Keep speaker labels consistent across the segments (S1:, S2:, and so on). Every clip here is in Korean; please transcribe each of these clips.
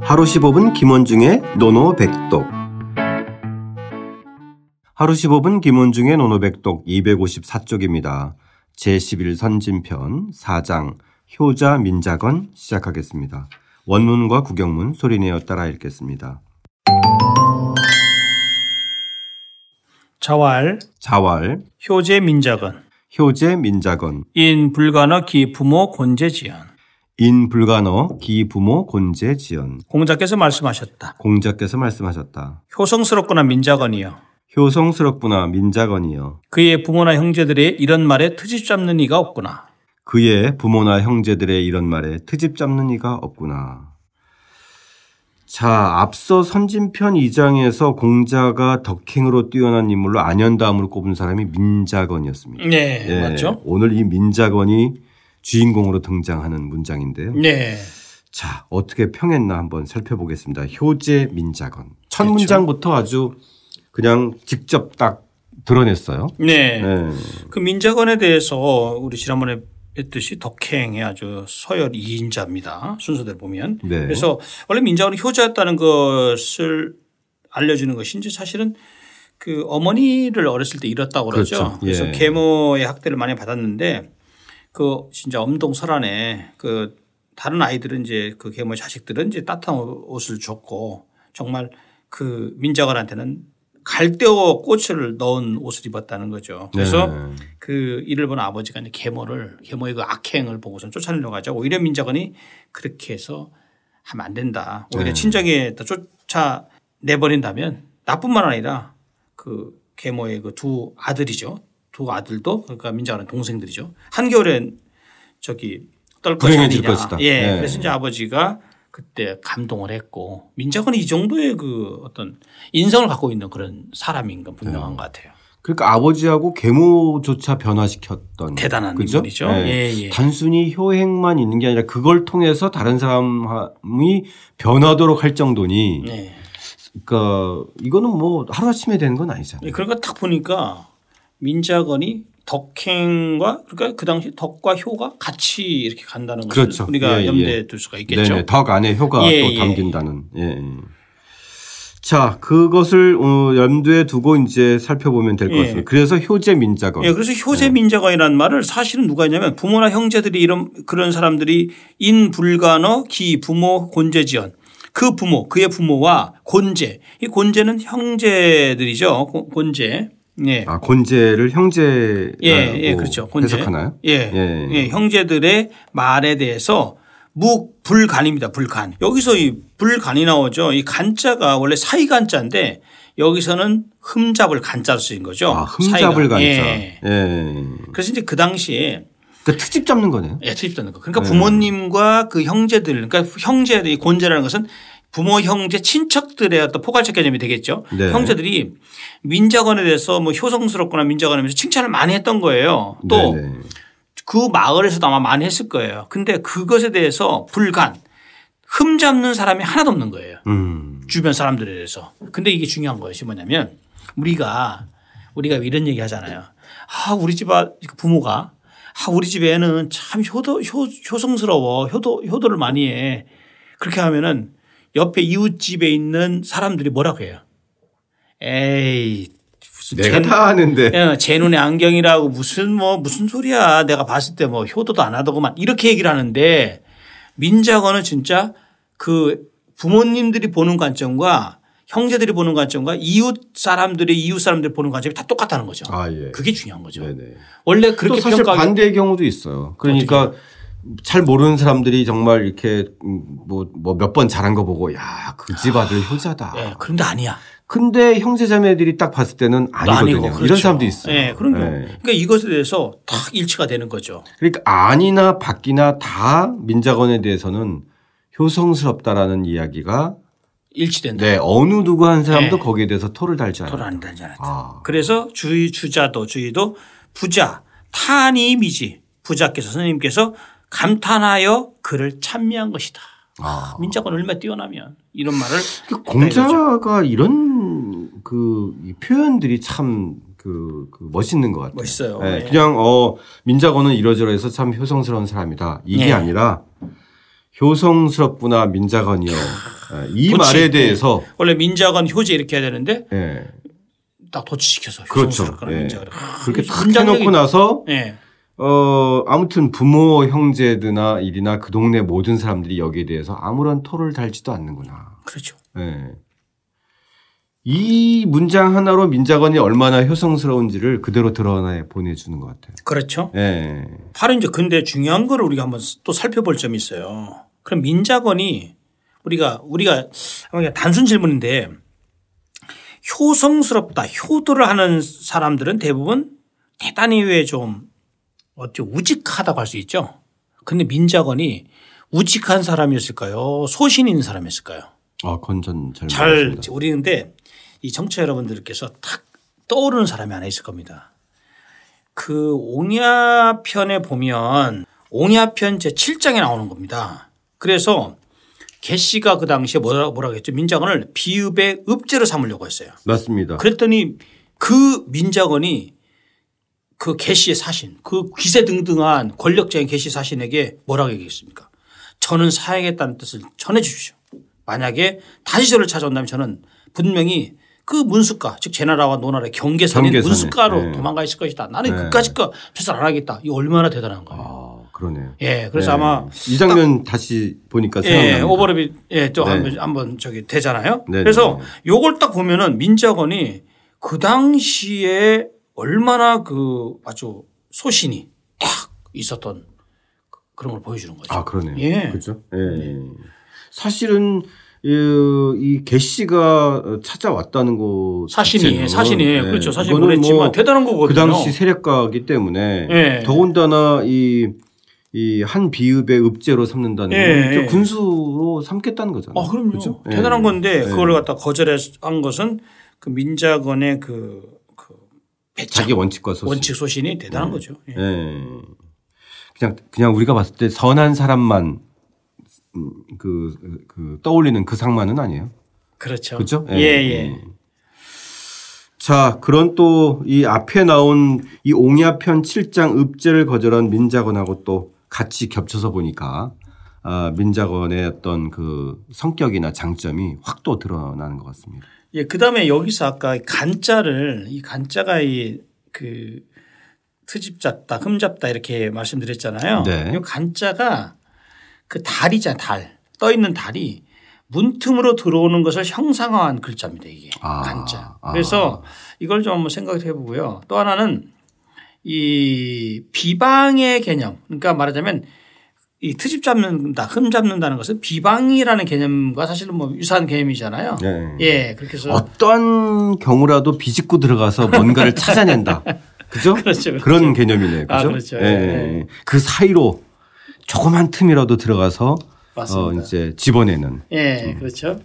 S1: 하루 15분 김원중의 노노백독 하루 15분 김원중의 노노백독 254쪽입니다. 제11선진편 4장 효자 민자건 시작하겠습니다. 원문과 구경문 소리내어 따라 읽겠습니다.
S2: 자왈
S1: 자왈
S2: 효제 민자건
S1: 효제 민자건
S2: 인 불간어 기 부모 곤제지연
S1: 인 불간어 기 부모 곤제 지연
S2: 공자께서 말씀하셨다.
S1: 공자께서 말씀하셨다.
S2: 효성스럽거나 민자건이여
S1: 효성스럽구나 민자건이여
S2: 그의 부모나 형제들의 이런 말에 트집 잡는 이가 없구나.
S1: 그의 부모나 형제들의 이런 말에 트집 잡는 이가 없구나. 자, 앞서 선진편 2장에서 공자가 덕행으로 뛰어난 인물로 안현다음으로 꼽은 사람이 민자건이었습니다.
S2: 네
S1: 예,
S2: 맞죠?
S1: 오늘 이 민자건이 주인공으로 등장하는 문장인데요.
S2: 네
S1: 자, 어떻게 평했나 한번 살펴보겠습니다. 효제 민자건. 첫
S2: 그렇죠.
S1: 문장부터 아주 그냥 직접 딱 드러냈어요.
S2: 네.
S1: 네.
S2: 그 민자건에 대해서 우리 지난번에 했듯이 덕행의 아주 서열 2인자입니다. 순서대로 보면.
S1: 네.
S2: 그래서 원래 민자건은 효자였다는 것을 알려주는 것인지 사실은 그 어머니를 어렸을 때 잃었다고 그러죠.
S1: 그렇죠.
S2: 그래서
S1: 예.
S2: 계모의 학대를 많이 받았는데 그 진짜 엄동 설안에 그 다른 아이들은 이제 그 계모의 자식들은 이제 따뜻한 옷을 줬고 정말 그 민자건한테는 갈대어 꽃을 넣은 옷을 입었다는 거죠. 그래서
S1: 네.
S2: 그 일을 본 아버지가 이제 계모를 계모의 그 악행을 보고서 쫓아내려고 하죠. 오히려 민자건이 그렇게 해서 하면 안 된다. 오히려
S1: 네.
S2: 친정에 더 쫓아 내버린다면 나뿐만 아니라 그 계모의 그 두 아들이죠. 두 아들도 그러니까 민자건의 동생들이죠. 한겨울엔 저기 떨것
S1: 불행해질
S2: 아니냐.
S1: 것이다.
S2: 예.
S1: 네.
S2: 그래서 이제 아버지가 그때 감동을 했고 민자건이 이 정도의 그 어떤 인성을 갖고 있는 그런 사람인 건 분명한
S1: 네.
S2: 것 같아요.
S1: 그러니까 아버지하고 계모조차 변화시켰던
S2: 대단한
S1: 그죠?
S2: 인물이죠.
S1: 예.
S2: 예, 예.
S1: 단순히 효행만 있는 게 아니라 그걸 통해서 다른 사람이 변하도록 할 정도니
S2: 네.
S1: 그러니까 이거는 뭐 하루아침에 되는 건 아니잖아요.
S2: 예, 그러니까 딱 보니까 민자건이 덕행과 그러니까 그 당시 덕과 효가 같이 이렇게 간다는 것을
S1: 그렇죠.
S2: 우리가
S1: 예, 예.
S2: 염두에 둘 수가 있겠죠.
S1: 네네. 덕 안에 효가
S2: 예,
S1: 또
S2: 예.
S1: 담긴다는. 예. 예. 자, 그것을 어, 염두에 두고 이제 살펴보면 될 것
S2: 예.
S1: 같습니다. 그래서 효제 민자건. 네.
S2: 예, 그래서 효제 민자건이라는 말을 사실은 누가 했냐면 부모나 형제들이 이런 그런 사람들이 인 불간어 기 부모 곤제지연 그 부모 그의 부모와 곤제 이 곤제는 형제들이죠 고- 곤제 예.
S1: 아, 곤제를 형제라고
S2: 예, 예, 그렇죠. 곤제.
S1: 해석하나요?
S2: 예.
S1: 예.
S2: 예. 형제들의 말에 대해서 묵 불간입니다. 불간. 여기서 이 불간이 나오죠. 이 간자가 원래 사이 간자인데 여기서는 흠잡을 간자로 쓰인 거죠.
S1: 아, 흠잡을
S2: 사이가.
S1: 간자.
S2: 예.
S1: 예.
S2: 그래서 이제 그 당시에
S1: 그러니까 트집 잡는 거네요.
S2: 예, 트집되는 거. 그러니까 부모님과 그 형제들, 그러니까 형제들이 곤제라는 것은 부모, 형제, 친척들의 어떤 포괄적 개념이 되겠죠.
S1: 네.
S2: 형제들이 민자관에 대해서 뭐 효성스럽거나 민자관에 대해서 칭찬을 많이 했던 거예요. 또
S1: 네네.
S2: 그 마을에서도 아마 많이 했을 거예요. 근데 그것에 대해서 불간 흠 잡는 사람이 하나도 없는 거예요.
S1: 음.
S2: 주변 사람들에 대해서. 근데 이게 중요한 것이 뭐냐면 우리가 우리가 이런 얘기 하잖아요. 아, 우리 집 아- 부모가 아, 우리 집 애는 참 효도, 효, 효성스러워. 효도, 효도를 많이 해. 그렇게 하면은 옆에 이웃집에 있는 사람들이 뭐라고 해요? 에이, 무슨
S1: 내가
S2: 쟤는
S1: 다 아는데.
S2: 예, 제 눈에 안경이라고 무슨 뭐 무슨 소리야. 내가 봤을 때 뭐 효도도 안 하더구만. 이렇게 얘기를 하는데 민자건은 진짜 그 부모님들이 보는 관점과 형제들이 보는 관점과 이웃 사람들이 이웃 사람들이 보는 관점이 다 똑같다는 거죠.
S1: 아, 예.
S2: 그게 중요한 거죠.
S1: 네네.
S2: 원래
S1: 또
S2: 그렇죠. 그렇게
S1: 사실
S2: 평가하기
S1: 반대의 경우도 있어요. 그러니까 잘 모르는 사람들이 정말 이렇게 음, 뭐몇 번 잘한 거 보고 야 그 집 아들 효자다.
S2: 예, 그런데 아니야.
S1: 근데 형제 자매들이 딱 봤을 때는 아니거든요.
S2: 아니고
S1: 이런
S2: 그렇죠.
S1: 사람도 있어요.
S2: 예, 그런 경우.
S1: 예.
S2: 그러니까 이것에 대해서 탁 일치가 되는 거죠.
S1: 그러니까 안이나 밖이나 다 민자건에 대해서는 효성스럽다라는 이야기가
S2: 일치된다.
S1: 네 어느 누구 한 사람도
S2: 네.
S1: 거기에 대해서 토를 달지 않아요.
S2: 돌아다니는 줄 알았다.
S1: 아.
S2: 그래서 주의 주자도 주의도 부자 탄임이지 부자께서 선생님께서 감탄하여 그를 찬미한 것이다.
S1: 아.
S2: 민자건 얼마 나 뛰어나면 이런 말을 네, 그렇죠.
S1: 그 공자가 이런 그이 표현들이 참 그, 그 멋있는 것 같아요.
S2: 멋있어요.
S1: 예,
S2: 예.
S1: 그냥 어 민자고는 이러저러해서 참 효성스러운 사람이다. 이게
S2: 예.
S1: 아니라 효성스럽구나 민자건이요. 아, 이
S2: 도치. 네.
S1: 말에 대해서
S2: 원래 민자건 효제 이렇게 해야 되는데
S1: 예.
S2: 딱 도치시켜서
S1: 그렇죠.
S2: 효성스럽거나
S1: 예.
S2: 민자건.
S1: 그렇게 탁 해놓고 나서
S2: 예.
S1: 어 아무튼 부모 형제들이나 일이나 그 동네 모든 사람들이 여기에 대해서 아무런 토를 달지도 않는구나.
S2: 그렇죠.
S1: 예. 이 문장 하나로 민자건이 얼마나 효성스러운지를 그대로 드러내 보내주는 것 같아요.
S2: 그렇죠.
S1: 예.
S2: 바로 이제 근데 중요한 걸 우리가 한번 또 살펴볼 점이 있어요. 그럼 민자건이 우리가 우리가 아마 그냥 단순 질문인데 효성스럽다 효도를 하는 사람들은 대부분 대단히 왜좀 어째 우직하다고 할 수 있죠. 근데 민자건이 우직한 사람이었을까요? 소신인 사람이었을까요?
S1: 아 건전 잘.
S2: 잘
S1: 모르겠습니다.
S2: 우리 근데 이 청취자 여러분들께서 탁 떠오르는 사람이 하나 있을 겁니다. 그 옹야편에 보면 옹야편 제 7장에 나오는 겁니다. 그래서 개씨가 그 당시에 뭐라 뭐라고 했죠? 민자건을 비읍의 읍제로 삼으려고 했어요.
S1: 맞습니다.
S2: 그랬더니 그 민자건이 그 개씨의 사신, 그 기세등등한 권력자인 개씨 사신에게 뭐라고 얘기했습니까? 저는 사양했다는 뜻을 전해 주십시오. 만약에 다시 저를 찾아온다면 저는 분명히 그 문수가 즉 제나라와 노나라의 경계선인
S1: 경계선에,
S2: 문수가로
S1: 예.
S2: 도망가 있을 것이다. 나는
S1: 네.
S2: 끝까지 거 최선을 안 하겠다. 이 얼마나 대단한 거예요.
S1: 아 그러네요.
S2: 예, 그래서
S1: 예.
S2: 아마
S1: 이 장면 다시 보니까 그 생각납니다.
S2: 예, 오버랩이 예, 또
S1: 네.
S2: 한번 한번 저기 되잖아요.
S1: 네,
S2: 그래서
S1: 네,
S2: 요걸 딱 보면은 민자건이 그 당시에 얼마나 그 아주 소신이 딱 있었던 그런 걸 보여주는 거죠.
S1: 아 그러네요.
S2: 예.
S1: 그렇죠. 예. 사실은 이- 이 개씨가 찾아왔다는 거
S2: 사신이,
S1: 자체는
S2: 사신이, 그렇죠. 사신이
S1: 이거는 뭐
S2: 보냈지만 대단한
S1: 네.
S2: 거거든요.
S1: 그 당시 세력가이기 때문에
S2: 예.
S1: 더군다나 이 이 한 비읍의 읍제로 삼는다는
S2: 예,
S1: 건
S2: 예.
S1: 이제 군수로 삼겠다는 거잖아요.
S2: 아, 그럼요.
S1: 그렇죠?
S2: 대단한
S1: 예.
S2: 건데
S1: 예.
S2: 그걸 갖다 거절한 것은 그 민자건의 그, 그 배짱
S1: 자기 원칙과 소신.
S2: 원칙 소신이 대단한 거죠. 예.
S1: 예. 그냥 그냥 우리가 봤을 때 선한 사람만 음, 그그 그 떠올리는 그 상만은 아니에요.
S2: 그렇죠.
S1: 그렇죠?
S2: 예, 예.
S1: 자, 그런 또 이 앞에 나온 이 옹야편 7장 읍제를 거절한 민자건하고 또 같이 겹쳐서 보니까 아, 민자건의 어떤 그 성격이나 장점이 확 또 드러나는 것 같습니다.
S2: 예, 그 다음에 여기서 아까 이 간자를 이 간자가 이 그 트집 잡다, 흠 잡다 이렇게 말씀드렸잖아요.
S1: 네.
S2: 이 간자가 그 달이잖아, 달. 떠 있는 달이 문틈으로 들어오는 것을 형상화한 글자입니다, 이게.
S1: 아,
S2: 간자.
S1: 아.
S2: 그래서 이걸 좀 한번 생각을 해 보고요. 또 하나는 이 비방의 개념. 그러니까 말하자면 이 트집 잡는다, 흠 잡는다는 것은 비방이라는 개념과 사실은 뭐 유사한 개념이잖아요.
S1: 예.
S2: 예, 그렇게 해서
S1: 어떤 경우라도 비집고 들어가서 뭔가를 찾아낸다. 그죠?
S2: 그렇죠.
S1: 런 개념이네요. 그죠?
S2: 아, 그렇죠.
S1: 예, 예, 예. 그 사이로 조그만 틈이라도 들어가서 어,
S2: 맞습니다.
S1: 이제 집어내는
S2: 예, 그렇죠.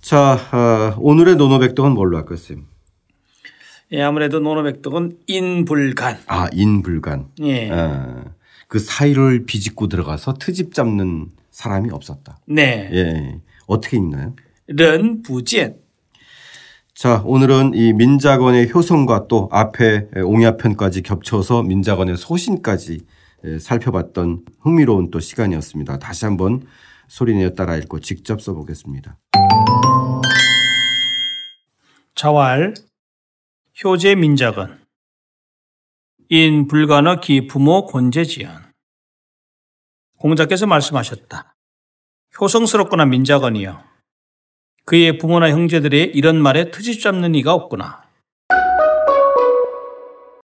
S1: 자, 아, 오늘의 노노백동은 뭘로 할까요, 쌤?
S2: 예, 아무래도 노노백독은 인불간.
S1: 아, 인불간.
S2: 예.
S1: 아, 그 사이를 비집고 들어가서 트집 잡는 사람이 없었다.
S2: 네.
S1: 예. 어떻게 있나요?
S2: 런 부젠.
S1: 자, 오늘은 이 민자건의 효성과 또 앞에 옹야편까지 겹쳐서 민자건의 소신까지 예, 살펴봤던 흥미로운 또 시간이었습니다. 다시 한번 소리내어 따라 읽고 직접 써보겠습니다.
S2: 자활. 효제 민작은. 인불간어 기부모 곤제지연. 공자께서 말씀하셨다. 효성스럽구나 민작언이여. 그의 부모나 형제들의 이런 말에 트집 잡는 이가 없구나.